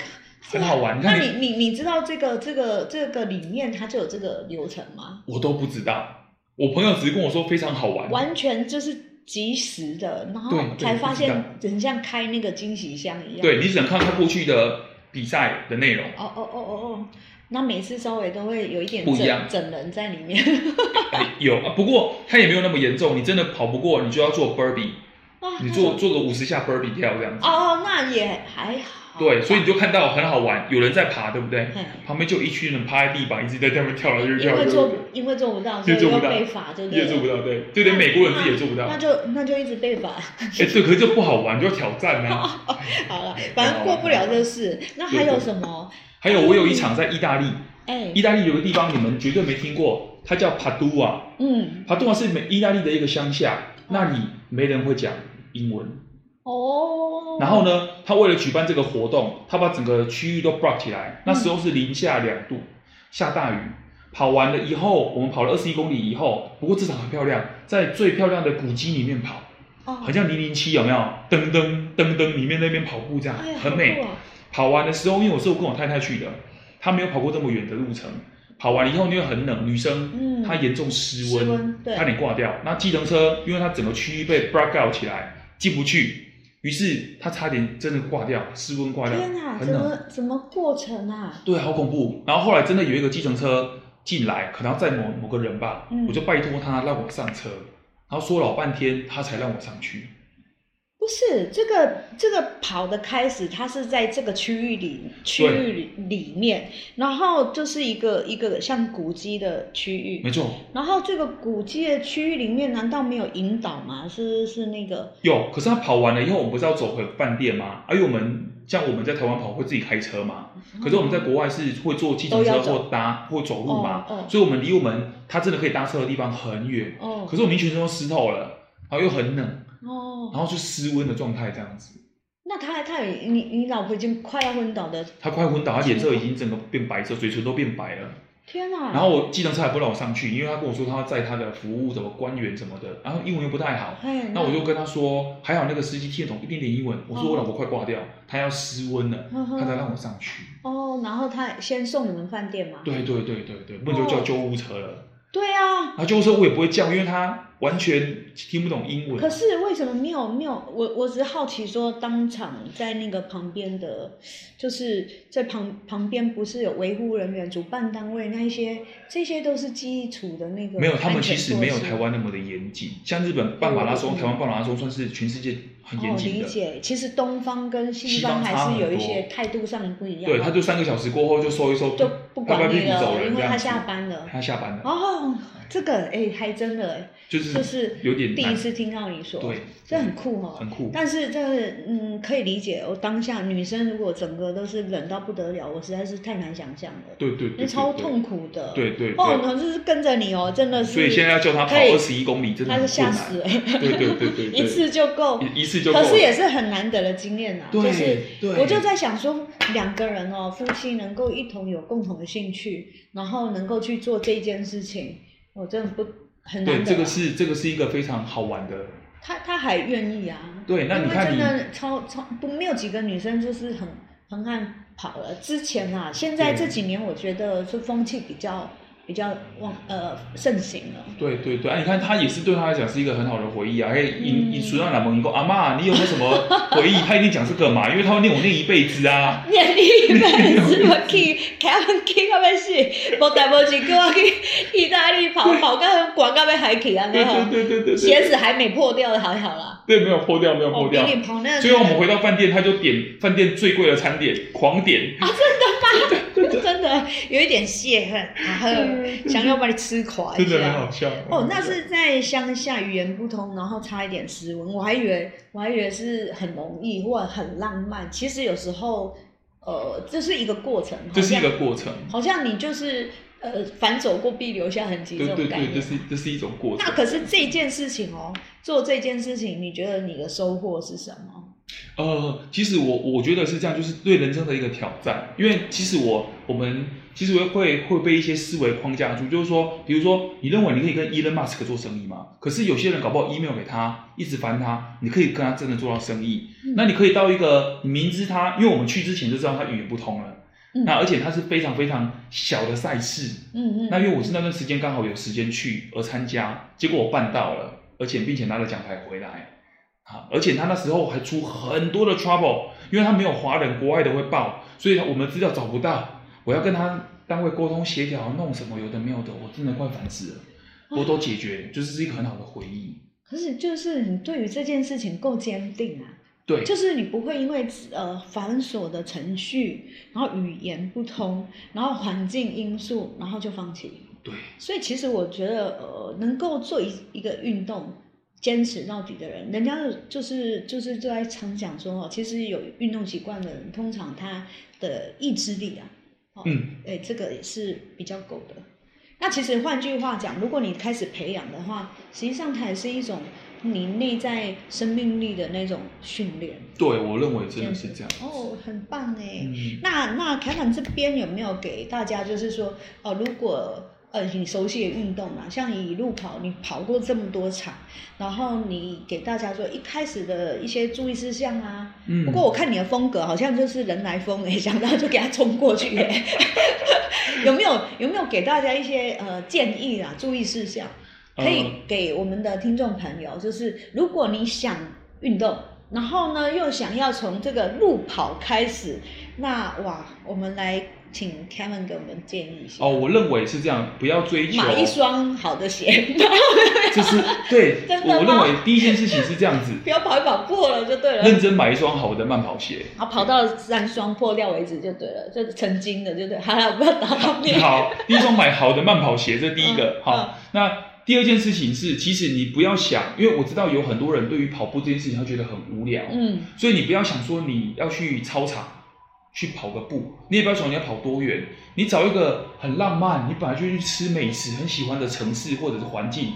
[SPEAKER 3] 很好玩。你
[SPEAKER 2] 那
[SPEAKER 3] 看你，
[SPEAKER 2] 你你你知道这个这个这个里面它就有这个流程吗？
[SPEAKER 3] 我都不知道，我朋友只是跟我说非常好玩，
[SPEAKER 2] 完全就是及时的，然后
[SPEAKER 3] 对对
[SPEAKER 2] 才发
[SPEAKER 3] 我
[SPEAKER 2] 现很像开那个惊喜箱一样。
[SPEAKER 3] 对你只能看他过去的比赛 的内容，
[SPEAKER 2] 哦哦哦哦哦，那每次稍微都会有一点
[SPEAKER 3] 不一
[SPEAKER 2] 整
[SPEAKER 3] 样
[SPEAKER 2] 整人在里面
[SPEAKER 3] 哎有啊，不过他也没有那么严重，你真的跑不过，你就要做 burpee。
[SPEAKER 2] 啊
[SPEAKER 3] 你
[SPEAKER 2] 那
[SPEAKER 3] 做
[SPEAKER 2] 种
[SPEAKER 3] 做个五十下 burpee 跳这样子。
[SPEAKER 2] 哦哦，那也还好。
[SPEAKER 3] 对，所以你就看到很好玩，有人在爬，对不对？
[SPEAKER 2] 嘿
[SPEAKER 3] 旁边就有一群人趴在地板，一直在那边跳来跳去
[SPEAKER 2] 因
[SPEAKER 3] 跳来
[SPEAKER 2] 为
[SPEAKER 3] 跳
[SPEAKER 2] 做
[SPEAKER 3] 去，
[SPEAKER 2] 因为做不到，所
[SPEAKER 3] 也
[SPEAKER 2] 以
[SPEAKER 3] 做
[SPEAKER 2] 又
[SPEAKER 3] 不到
[SPEAKER 2] 被罚，对不
[SPEAKER 3] 也
[SPEAKER 2] 对？
[SPEAKER 3] 做不到，对，就连美国人自己也做不到。
[SPEAKER 2] 那
[SPEAKER 3] 哎，
[SPEAKER 2] 就那就一直被罚。
[SPEAKER 3] 对，可是就不好玩，就要挑战
[SPEAKER 2] 哦
[SPEAKER 3] 啊。
[SPEAKER 2] 好了，反正过不了这事。那还有什么？
[SPEAKER 3] 还有，我有一场在意大利，
[SPEAKER 2] 哎
[SPEAKER 3] 意，大利有个地方你们绝对没听过，它叫帕杜瓦。
[SPEAKER 2] 嗯，
[SPEAKER 3] 帕杜瓦是美意大利的一个乡下，那里没人会讲英文。
[SPEAKER 2] 哦，
[SPEAKER 3] 然后呢，他为了举办这个活动，他把整个区域都 block 起
[SPEAKER 2] 嗯
[SPEAKER 3] 来。那时候是零下两度，下大雨。跑完了以后，我们跑了二十一公里以后，不过这场很漂亮，在最漂亮的古迹里面跑，
[SPEAKER 2] 哦
[SPEAKER 3] 很像零零七有没有？噔噔噔噔，里面那边跑步这样
[SPEAKER 2] 哎呀，
[SPEAKER 3] 很
[SPEAKER 2] 好
[SPEAKER 3] 美
[SPEAKER 2] 酷啊。
[SPEAKER 3] 跑完的时候，因为我是跟我太太去的，她没有跑过这么远的路程。跑完以后因为很冷，女生
[SPEAKER 2] 嗯
[SPEAKER 3] 她严重失
[SPEAKER 2] 失
[SPEAKER 3] 温
[SPEAKER 2] 温，对
[SPEAKER 3] 差点挂掉。那计程车因为它整个区域被 block out 起来，进不去，于是她差点真的挂掉，失温挂掉，
[SPEAKER 2] 天哪，
[SPEAKER 3] 很
[SPEAKER 2] 怎
[SPEAKER 3] 冷。
[SPEAKER 2] 么怎么过程啊？
[SPEAKER 3] 对，好恐怖。然后后来真的有一个计程车进来，可能要载某某个人吧，
[SPEAKER 2] 嗯
[SPEAKER 3] 我就拜托他让我上车，然后说老半天他才让我上去。
[SPEAKER 2] 不是这个这个跑的开始，它是在这个区域里区域里里面，然后就是一个一个像古迹的区
[SPEAKER 3] 没
[SPEAKER 2] 域，
[SPEAKER 3] 错，
[SPEAKER 2] 然后这个古迹的区域里面，难道没有引导吗？是是那个
[SPEAKER 3] 有。可是他跑完了以后，我们不是要走回饭店吗？啊而、因为我们像我们在台湾跑会自己开车嘛，可是我们在国外是会坐计程
[SPEAKER 2] 嗯都
[SPEAKER 3] 车
[SPEAKER 2] 要走
[SPEAKER 3] 或搭或走路嘛，
[SPEAKER 2] 哦哦
[SPEAKER 3] 所以我们离我们他真的可以搭车的地方很远。
[SPEAKER 2] 哦
[SPEAKER 3] 可是我们全身都湿透了，然后又很冷，
[SPEAKER 2] 哦，
[SPEAKER 3] 然后就失温的状态这样子。
[SPEAKER 2] 那他他也你你老婆已经快要昏倒的，
[SPEAKER 3] 他快昏倒，他脸色已经整个变白色，嘴唇都变白了。
[SPEAKER 2] 天啊哪！
[SPEAKER 3] 然后我计程车还不让我上去，因为他跟我说他要载他的服务什么官员什么的，然后英文又不太好。
[SPEAKER 2] 嘿，
[SPEAKER 3] 那我就跟他说，还好那个司机听得懂一点点英文。我说
[SPEAKER 2] 哦
[SPEAKER 3] 我老婆快挂掉，她要失温了，
[SPEAKER 2] 嗯哼
[SPEAKER 3] 她才让我上去。
[SPEAKER 2] 哦，然后他先送你们饭店嘛？
[SPEAKER 3] 对对对对对，不然就叫救护车了。
[SPEAKER 2] 对啊，
[SPEAKER 3] 然后救护车我也不会叫，因为他完全听不懂英文。
[SPEAKER 2] 可是为什么没有没有？我我只是好奇说，当场在那个旁边的，就是在旁旁边不是有维护人员、主办单位那一些，这些都是基础的那个
[SPEAKER 3] 没有，他们
[SPEAKER 2] 安全
[SPEAKER 3] 其实没有
[SPEAKER 2] 措施
[SPEAKER 3] 台湾那么的严谨。像日本办马拉松，
[SPEAKER 2] 嗯
[SPEAKER 3] 台湾办马拉松算是全世界很严
[SPEAKER 2] 哦，
[SPEAKER 3] 谨
[SPEAKER 2] 理
[SPEAKER 3] 的。
[SPEAKER 2] 解。其实东方跟西
[SPEAKER 3] 西
[SPEAKER 2] 方
[SPEAKER 3] 方差
[SPEAKER 2] 还
[SPEAKER 3] 很
[SPEAKER 2] 是有一
[SPEAKER 3] 多
[SPEAKER 2] 些态度上不一样。
[SPEAKER 3] 对，他就三个小时过后就收一收，
[SPEAKER 2] 就不
[SPEAKER 3] 拍拍
[SPEAKER 2] 管
[SPEAKER 3] 屁
[SPEAKER 2] 你
[SPEAKER 3] 股走
[SPEAKER 2] 了，
[SPEAKER 3] 人
[SPEAKER 2] 因
[SPEAKER 3] 这
[SPEAKER 2] 为
[SPEAKER 3] 样
[SPEAKER 2] 他
[SPEAKER 3] 子
[SPEAKER 2] 下班了。
[SPEAKER 3] 他下班了，
[SPEAKER 2] 哦，这个哎，还真的哎，
[SPEAKER 3] 就是
[SPEAKER 2] 就是
[SPEAKER 3] 嗯有点
[SPEAKER 2] 第
[SPEAKER 3] 难
[SPEAKER 2] 一次听到你说，
[SPEAKER 3] 对，
[SPEAKER 2] 这很酷哦。
[SPEAKER 3] 很酷。
[SPEAKER 2] 但是这是嗯，可以理解。我当下女生如果整个都是冷到不得了，我实在是太难想象了，
[SPEAKER 3] 对对对
[SPEAKER 2] 那
[SPEAKER 3] 对，
[SPEAKER 2] 超
[SPEAKER 3] 对。
[SPEAKER 2] 痛苦的。
[SPEAKER 3] 对对对
[SPEAKER 2] 哦，那就是跟着你哦，真的是。
[SPEAKER 3] 所以现在要叫他跑
[SPEAKER 2] 可以
[SPEAKER 3] 二十一公里，真的
[SPEAKER 2] 他
[SPEAKER 3] 很
[SPEAKER 2] 是吓
[SPEAKER 3] 困
[SPEAKER 2] 死
[SPEAKER 3] 难。
[SPEAKER 2] 了，
[SPEAKER 3] 对对对对对
[SPEAKER 2] 一次就够。
[SPEAKER 3] 一一次就够
[SPEAKER 2] 可
[SPEAKER 3] 了。
[SPEAKER 2] 是也是很难得的经验啊，
[SPEAKER 3] 对
[SPEAKER 2] 就是
[SPEAKER 3] 对
[SPEAKER 2] 我就在想说，两个人哦，夫妻能够一同有共同的兴趣，然后能够去做这件事情，我真的不很难得
[SPEAKER 3] 对，
[SPEAKER 2] 啊。
[SPEAKER 3] 这个是这个是一个非常好玩的。
[SPEAKER 2] 他他还愿意啊，
[SPEAKER 3] 对，那
[SPEAKER 2] 因
[SPEAKER 3] 你
[SPEAKER 2] 为
[SPEAKER 3] 看
[SPEAKER 2] 真
[SPEAKER 3] 你
[SPEAKER 2] 的超超不没有几个女生就是很很爱跑了。之前啊，现在
[SPEAKER 3] 对
[SPEAKER 2] 这几年我觉得是风气比较比较旺呃盛行了。
[SPEAKER 3] 对对对，哎，你看他也是对他来讲是一个很好的回忆啊。哎，
[SPEAKER 2] 嗯
[SPEAKER 3] 你你说到哪门一个阿妈，你有没有什么回忆？他一定讲这个嘛，因为他会念我念一辈子啊。
[SPEAKER 2] 念你本是要去，开门去到要死，无代无志，叫我去意大利跑，跑到广告要海去安尼
[SPEAKER 3] 对
[SPEAKER 2] 吼
[SPEAKER 3] 对，对对对对，
[SPEAKER 2] 鞋子还没破掉的还好啦。
[SPEAKER 3] 对没有破掉，没有
[SPEAKER 2] 我
[SPEAKER 3] 破
[SPEAKER 2] 比
[SPEAKER 3] 掉。
[SPEAKER 2] 哦你跑那
[SPEAKER 3] 最后我们回到饭店，他就点饭店最贵的餐点，狂点。
[SPEAKER 2] 真的有一点泄恨，然后想要把你吃垮一
[SPEAKER 3] 真的很
[SPEAKER 2] 下。
[SPEAKER 3] 好笑。嗯
[SPEAKER 2] 哦，那是在乡下语言不通，然后差一点失温。我还以为我还以为是很容易或很浪漫，其实有时候呃，这是一个过程，
[SPEAKER 3] 这是一
[SPEAKER 2] 好
[SPEAKER 3] 个过程，
[SPEAKER 2] 像好像你就是呃反走过必留下痕迹这种
[SPEAKER 3] 对对
[SPEAKER 2] 概
[SPEAKER 3] 对，
[SPEAKER 2] 念。
[SPEAKER 3] 这是这是一种过
[SPEAKER 2] 那
[SPEAKER 3] 程。
[SPEAKER 2] 可是这件事情哦，做这件事情，你觉得你的收获是什么？
[SPEAKER 3] 呃，其实我我觉得是这样，就是对人生的一个挑战。因为其实我我们其实会会被一些思维框架住，就是说，比如说，你认为你可以跟 Elon Musk 做生意吗？可是有些人搞不好 email 给他，一直烦他，你可以跟他真的做到生意。那你可以到一个你明知他，因为我们去之前就知道他语言不通了，
[SPEAKER 2] 嗯
[SPEAKER 3] 那而且他是非常非常小的赛事，
[SPEAKER 2] 嗯嗯，
[SPEAKER 3] 那因为我是那段时间刚好有时间去而参加，结果我办到了，而且并且拿了奖牌回来啊！而且他那时候还出很多的 trouble，因为他没有华人，国外的会报，所以我们资料找不到。我要跟他单位沟通协调，弄什么有的没有的，我真的快烦死了。
[SPEAKER 2] 嗯
[SPEAKER 3] 我都解决，就是是一个很好的回忆。
[SPEAKER 2] 可是就是你对于这件事情够坚定啊。
[SPEAKER 3] 对，
[SPEAKER 2] 就是你不会因为呃繁琐的程序，然后语言不通，然后环境因素，然后就放弃。
[SPEAKER 3] 对，
[SPEAKER 2] 所以其实我觉得，呃，能够做一一个运动，坚持到底的人，人家就是就是就在常讲说哦，其实有运动习惯的人，通常他的意志力啊，哦，
[SPEAKER 3] 嗯，
[SPEAKER 2] 哎，这个也是比较够的。那其实换句话讲，如果你开始培养的话，实际上它也是一种你内在生命力的那种训练。
[SPEAKER 3] 对，我认为真的是这样。
[SPEAKER 2] 哦，很棒哎。
[SPEAKER 3] 嗯，
[SPEAKER 2] 那那凯凯这边有没有给大家，就是说，呃，如果呃你熟悉的运动啊，像你一路跑，你跑过这么多场，然后你给大家说一开始的一些注意事项啊。
[SPEAKER 3] 嗯
[SPEAKER 2] 不过我看你的风格好像就是人来疯哎、 想到就给他冲过去哎、 有没有有没有给大家一些呃建议啊，注意事项，可以
[SPEAKER 3] 呃
[SPEAKER 2] 给我们的听众朋友，就是如果你想运动，然后呢又想要从这个路跑开始，那哇，我们来请 Kevin 给我们建议一下，
[SPEAKER 3] 哦，我认为是这样，不要追求
[SPEAKER 2] 买一双好的鞋，
[SPEAKER 3] 就是对
[SPEAKER 2] 真，的吗
[SPEAKER 3] 我我认为第一件事情是这样子，
[SPEAKER 2] 不要跑一跑破了就对 了。
[SPEAKER 3] 认真买一双好的慢跑鞋。
[SPEAKER 2] 然后跑到三双破掉为止就对了，就是曾经的就对了， 好了，不要打到面。
[SPEAKER 3] 好，第一双买好的慢跑鞋，这第一个
[SPEAKER 2] 嗯
[SPEAKER 3] 好。那第二件事情是，其实你不要想，因为我知道有很多人对于跑步这件事情，他觉得很无聊，
[SPEAKER 2] 嗯，
[SPEAKER 3] 所以你不要想说你要去操场去跑个步，你也不要想你要跑多远，你找一个很浪漫，你本来就去吃美食，很喜欢的城市或者是环境，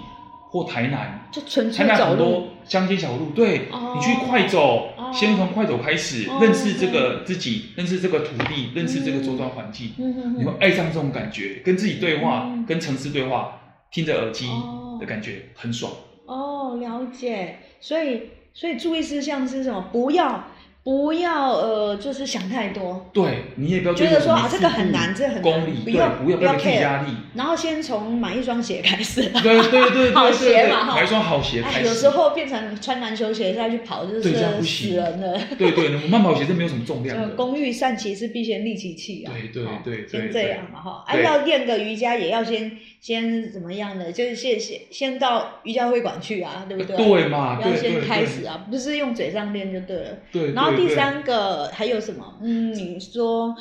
[SPEAKER 3] 或台南，
[SPEAKER 2] 就纯
[SPEAKER 3] 参
[SPEAKER 2] 粹
[SPEAKER 3] 加
[SPEAKER 2] 走
[SPEAKER 3] 很
[SPEAKER 2] 路
[SPEAKER 3] 多。乡间小路，对、
[SPEAKER 2] 哦
[SPEAKER 3] 你去快走，
[SPEAKER 2] 哦
[SPEAKER 3] 先从快走开始，
[SPEAKER 2] 哦
[SPEAKER 3] 认识这个自己，认识这个土地，认识这个周遭环境。
[SPEAKER 2] 嗯嗯
[SPEAKER 3] 你会爱上这种感觉，跟自己对话，
[SPEAKER 2] 嗯
[SPEAKER 3] 跟城市对话，听着耳机
[SPEAKER 2] 哦
[SPEAKER 3] 的感觉、很爽。
[SPEAKER 2] 哦，了解。所以，所以注意事项是什么？不要，不要，呃，就是想太多，
[SPEAKER 3] 对你也不要
[SPEAKER 2] 觉得
[SPEAKER 3] 追求
[SPEAKER 2] 说
[SPEAKER 3] 什
[SPEAKER 2] 啊
[SPEAKER 3] 么
[SPEAKER 2] 这个
[SPEAKER 3] 速
[SPEAKER 2] 很
[SPEAKER 3] 度
[SPEAKER 2] 难这很难
[SPEAKER 3] 功利，
[SPEAKER 2] 不
[SPEAKER 3] 对，
[SPEAKER 2] 要
[SPEAKER 3] 不要
[SPEAKER 2] 不要
[SPEAKER 3] 给自己
[SPEAKER 2] care
[SPEAKER 3] 压力。
[SPEAKER 2] 然后先从买一双鞋开始。
[SPEAKER 3] 对对对对
[SPEAKER 2] 好
[SPEAKER 3] 对
[SPEAKER 2] 鞋
[SPEAKER 3] 对，
[SPEAKER 2] 嘛哈
[SPEAKER 3] 买一双好鞋开
[SPEAKER 2] 哎，
[SPEAKER 3] 始。
[SPEAKER 2] 有时候变成穿篮球鞋下去跑，就是
[SPEAKER 3] 对这样不行
[SPEAKER 2] 死人了。
[SPEAKER 3] 对对，我们慢跑鞋是没有什么重量
[SPEAKER 2] 呃，
[SPEAKER 3] 的。
[SPEAKER 2] 工欲善其事，必先利其器啊。
[SPEAKER 3] 对对
[SPEAKER 2] 哦
[SPEAKER 3] 对对
[SPEAKER 2] 先这
[SPEAKER 3] 对
[SPEAKER 2] 样嘛哈。啊，
[SPEAKER 3] 对
[SPEAKER 2] 要练个瑜伽，也要先先怎么样呢？就是先先先到瑜伽会馆去啊，对不对？
[SPEAKER 3] 对嘛，对
[SPEAKER 2] 要
[SPEAKER 3] 对
[SPEAKER 2] 先
[SPEAKER 3] 对
[SPEAKER 2] 开始啊，不是用嘴上练就对了。
[SPEAKER 3] 对。
[SPEAKER 2] 然后
[SPEAKER 3] 对
[SPEAKER 2] 第
[SPEAKER 3] 对
[SPEAKER 2] 三个还有什么？嗯，你说，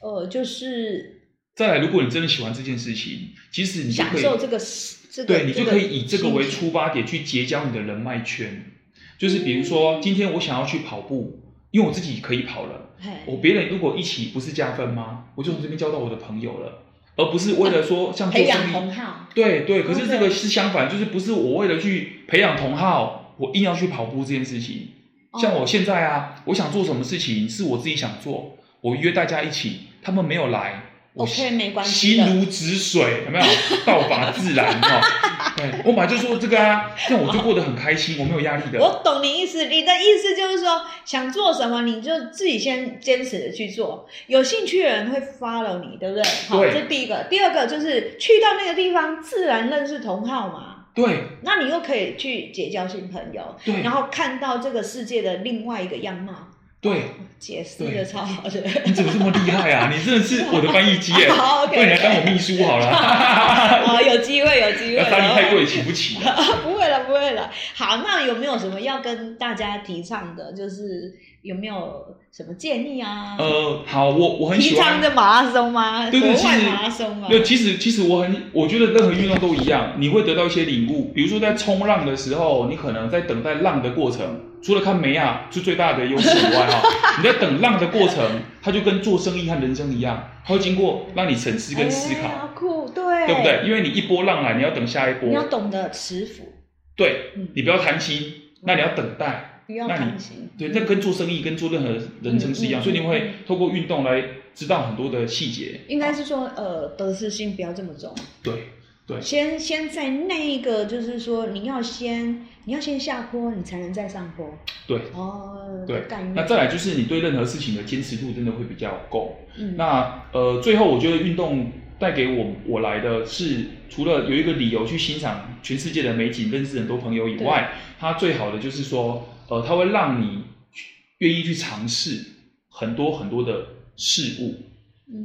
[SPEAKER 2] 呃，就是
[SPEAKER 3] 再来，如果你真的喜欢这件事情，其实你就
[SPEAKER 2] 享
[SPEAKER 3] 可以
[SPEAKER 2] 受这个这个，
[SPEAKER 3] 对你就可以以这个为
[SPEAKER 2] 心情
[SPEAKER 3] 出发点去结交你的人脉圈。就是比如说，今天我想要去跑步，因为我自己可以跑了。
[SPEAKER 2] 嘿
[SPEAKER 3] 我别人如果一起不是加分吗？我就从这边交到我的朋友了，而不是为 了说像做
[SPEAKER 2] 培养
[SPEAKER 3] 生
[SPEAKER 2] 同
[SPEAKER 3] 意。
[SPEAKER 2] 好，
[SPEAKER 3] 对对，可是这个是相反，就是不是我为了去培养同好，我硬要去跑步这件事情。
[SPEAKER 2] 哦
[SPEAKER 3] 像我现在啊，我想做什么事情是我自己想做，我约大家一起，他们没有来，我
[SPEAKER 2] OK，没关系
[SPEAKER 3] 心
[SPEAKER 2] 的。
[SPEAKER 3] 如止水，有没有？ 道法自然哈、 对，我本来就说这个啊，这样我就过得很开心，我没有压力的。
[SPEAKER 2] 我懂你意思，你的意思就是说，想做什么你就自己先坚持的去做，有兴趣的人会 follow 你，对不对？好，
[SPEAKER 3] 对
[SPEAKER 2] 这第一个。第二个就是去到那个地方，自然认识同好嘛，
[SPEAKER 3] 对
[SPEAKER 2] 那你又可以去结交新朋友，
[SPEAKER 3] 对
[SPEAKER 2] 然后看到这个世界的另外一个样貌。哦
[SPEAKER 3] 对，
[SPEAKER 2] 解释
[SPEAKER 3] 对
[SPEAKER 2] 的超好的。
[SPEAKER 3] 你怎么这么厉 害啊？你真的是我的翻译机耶！
[SPEAKER 2] 好，OK
[SPEAKER 3] 不然你来当我秘书好了。
[SPEAKER 2] 哦，有机会，有机会。哦
[SPEAKER 3] 压力太过也请不起。
[SPEAKER 2] 不会了，不会了。好，那有没有什么要跟大家提倡的？就是有没有什么建议啊？
[SPEAKER 3] 呃，好，我我很喜
[SPEAKER 2] 提倡
[SPEAKER 3] 欢。
[SPEAKER 2] 的马拉松吗？
[SPEAKER 3] 对对，
[SPEAKER 2] 国
[SPEAKER 3] 其
[SPEAKER 2] 外
[SPEAKER 3] 实
[SPEAKER 2] 马拉松吗？
[SPEAKER 3] 对，其实其实我很，我觉得任何运动都一样，你会得到一些领悟。比如说在冲浪的时候，你可能在等待浪的过程，除了看梅亚是最大的优势以外哈，你在等浪的过程，它就跟做生意和人生一样，它会经过让你沉思跟思
[SPEAKER 2] 哎
[SPEAKER 3] 考，
[SPEAKER 2] 好酷，对，
[SPEAKER 3] 对不？对？因为你一波浪来，你要等下一
[SPEAKER 2] 你要
[SPEAKER 3] 波，
[SPEAKER 2] 懂得持浮，
[SPEAKER 3] 对
[SPEAKER 2] 嗯
[SPEAKER 3] 你不要贪心，那你要等待。
[SPEAKER 2] 不要
[SPEAKER 3] 那你
[SPEAKER 2] 贪心。嗯
[SPEAKER 3] 对，那跟做生意、跟做任何人生是一样，
[SPEAKER 2] 嗯嗯
[SPEAKER 3] 所以你会透过运动来知道很多的细节。
[SPEAKER 2] 应该是说，呃，得失心不要这么重，
[SPEAKER 3] 对，对
[SPEAKER 2] 先先在那一个，就是说，你要先你要先下坡，你才能再上坡。
[SPEAKER 3] 对，
[SPEAKER 2] 哦，
[SPEAKER 3] 对
[SPEAKER 2] 概念。
[SPEAKER 3] 那再来就是你对任何事情的坚持度真的会比较够。
[SPEAKER 2] 嗯，
[SPEAKER 3] 那呃，最后我觉得运动带给我我来的是，除了有一个理由去欣赏全世界的美景、认识很多朋友以外，它最好的就是说，呃，它会让你去愿意去尝试很多很多的事物。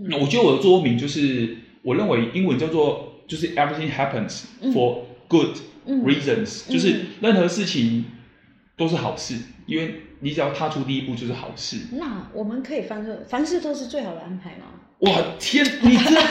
[SPEAKER 3] 那
[SPEAKER 2] 嗯
[SPEAKER 3] 我觉得我的座右铭就是，我认为英文叫做就是 everything happens for good
[SPEAKER 2] 嗯
[SPEAKER 3] reasons，、
[SPEAKER 2] 嗯
[SPEAKER 3] 就是任何事情都是好事，因为你只要踏出第一步就是好事。
[SPEAKER 2] 那我们可以凡事凡事都是最好的安排吗？
[SPEAKER 3] 哇天，你这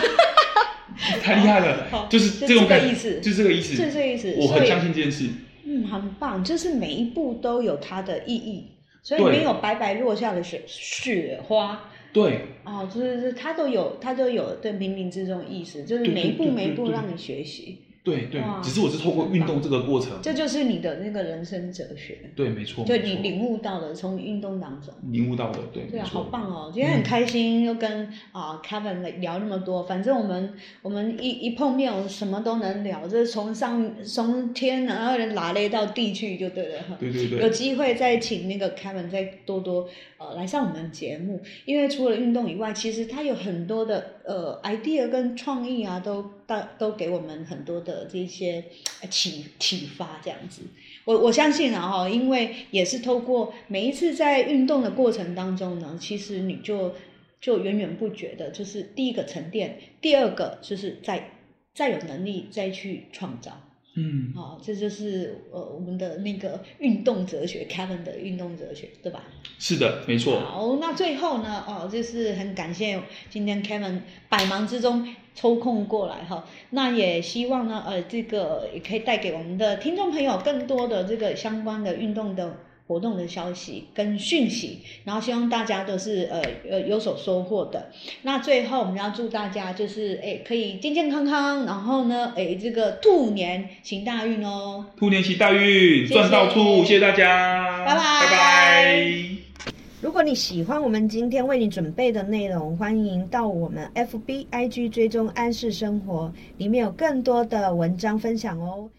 [SPEAKER 3] 你太厉害了
[SPEAKER 2] 好，
[SPEAKER 3] 就是
[SPEAKER 2] 就
[SPEAKER 3] 这种
[SPEAKER 2] 这个
[SPEAKER 3] 感
[SPEAKER 2] 意思
[SPEAKER 3] 就是这个意思，
[SPEAKER 2] 就这个意思
[SPEAKER 3] 我
[SPEAKER 2] 所
[SPEAKER 3] 很
[SPEAKER 2] 以
[SPEAKER 3] 相信这件事，
[SPEAKER 2] 嗯，很棒，就是每一步都有它的意义，所以
[SPEAKER 3] 对
[SPEAKER 2] 没有白白落下的雪雪花
[SPEAKER 3] 对
[SPEAKER 2] 哦，就是它都有它都有对冥冥之中意思，就是
[SPEAKER 3] 对
[SPEAKER 2] 每一步
[SPEAKER 3] 对对
[SPEAKER 2] 每一步
[SPEAKER 3] 对
[SPEAKER 2] 让你学习，
[SPEAKER 3] 对对
[SPEAKER 2] 哇，
[SPEAKER 3] 只是我是透过运动这个过程，
[SPEAKER 2] 这就是你的那个人生哲学，
[SPEAKER 3] 对，没错，
[SPEAKER 2] 就
[SPEAKER 3] 没
[SPEAKER 2] 你
[SPEAKER 3] 错
[SPEAKER 2] 领悟到的，从运动当中。
[SPEAKER 3] 领悟到的，对，
[SPEAKER 2] 对啊，
[SPEAKER 3] 没
[SPEAKER 2] 好
[SPEAKER 3] 错嗯
[SPEAKER 2] 棒哦！今天很开心，又跟啊、Kevin 来聊那么多。反正我们我们一一碰面，我们什么都能聊，就是从上从天然后拉累到地去就对了。
[SPEAKER 3] 对对
[SPEAKER 2] 有
[SPEAKER 3] 对，
[SPEAKER 2] 机会再请那个 Kevin 再多多呃来上我们的节目，因为除了运动以外，其实他有很多的呃 idea 跟创意啊，都大都给我们很多的这些呃启启发这样子。我我相信啊哈，因为也是透过每一次在运动的过程当中呢，其实你就就源源不绝的，就是第一个沉淀，第二个就是再再有能力再去创造。
[SPEAKER 3] 嗯，
[SPEAKER 2] 好、这就是呃我们的那个运动哲学，Kevin 的运动哲学，对吧？
[SPEAKER 3] 是的，没错，
[SPEAKER 2] 好，那最后呢，哦，就是很感谢今天 Kevin 百忙之中抽空过来哈、那也希望呢，呃，这个也可以带给我们的听众朋友更多的这个相关的运动的。活动的消息跟讯息，然后希望大家都是呃呃有所收获的。那最后我们要祝大家就是哎可以健健康康，然后呢哎这个兔年行大运哦。
[SPEAKER 3] 兔年行大运，
[SPEAKER 2] 谢
[SPEAKER 3] 赚到兔，
[SPEAKER 2] 谢
[SPEAKER 3] 谢谢大家，
[SPEAKER 2] 拜拜
[SPEAKER 3] 拜拜。
[SPEAKER 1] 如果你喜欢我们今天为你准备的内容，欢迎到我们 FB IG 追踪安适生活，里面有更多的文章分享哦。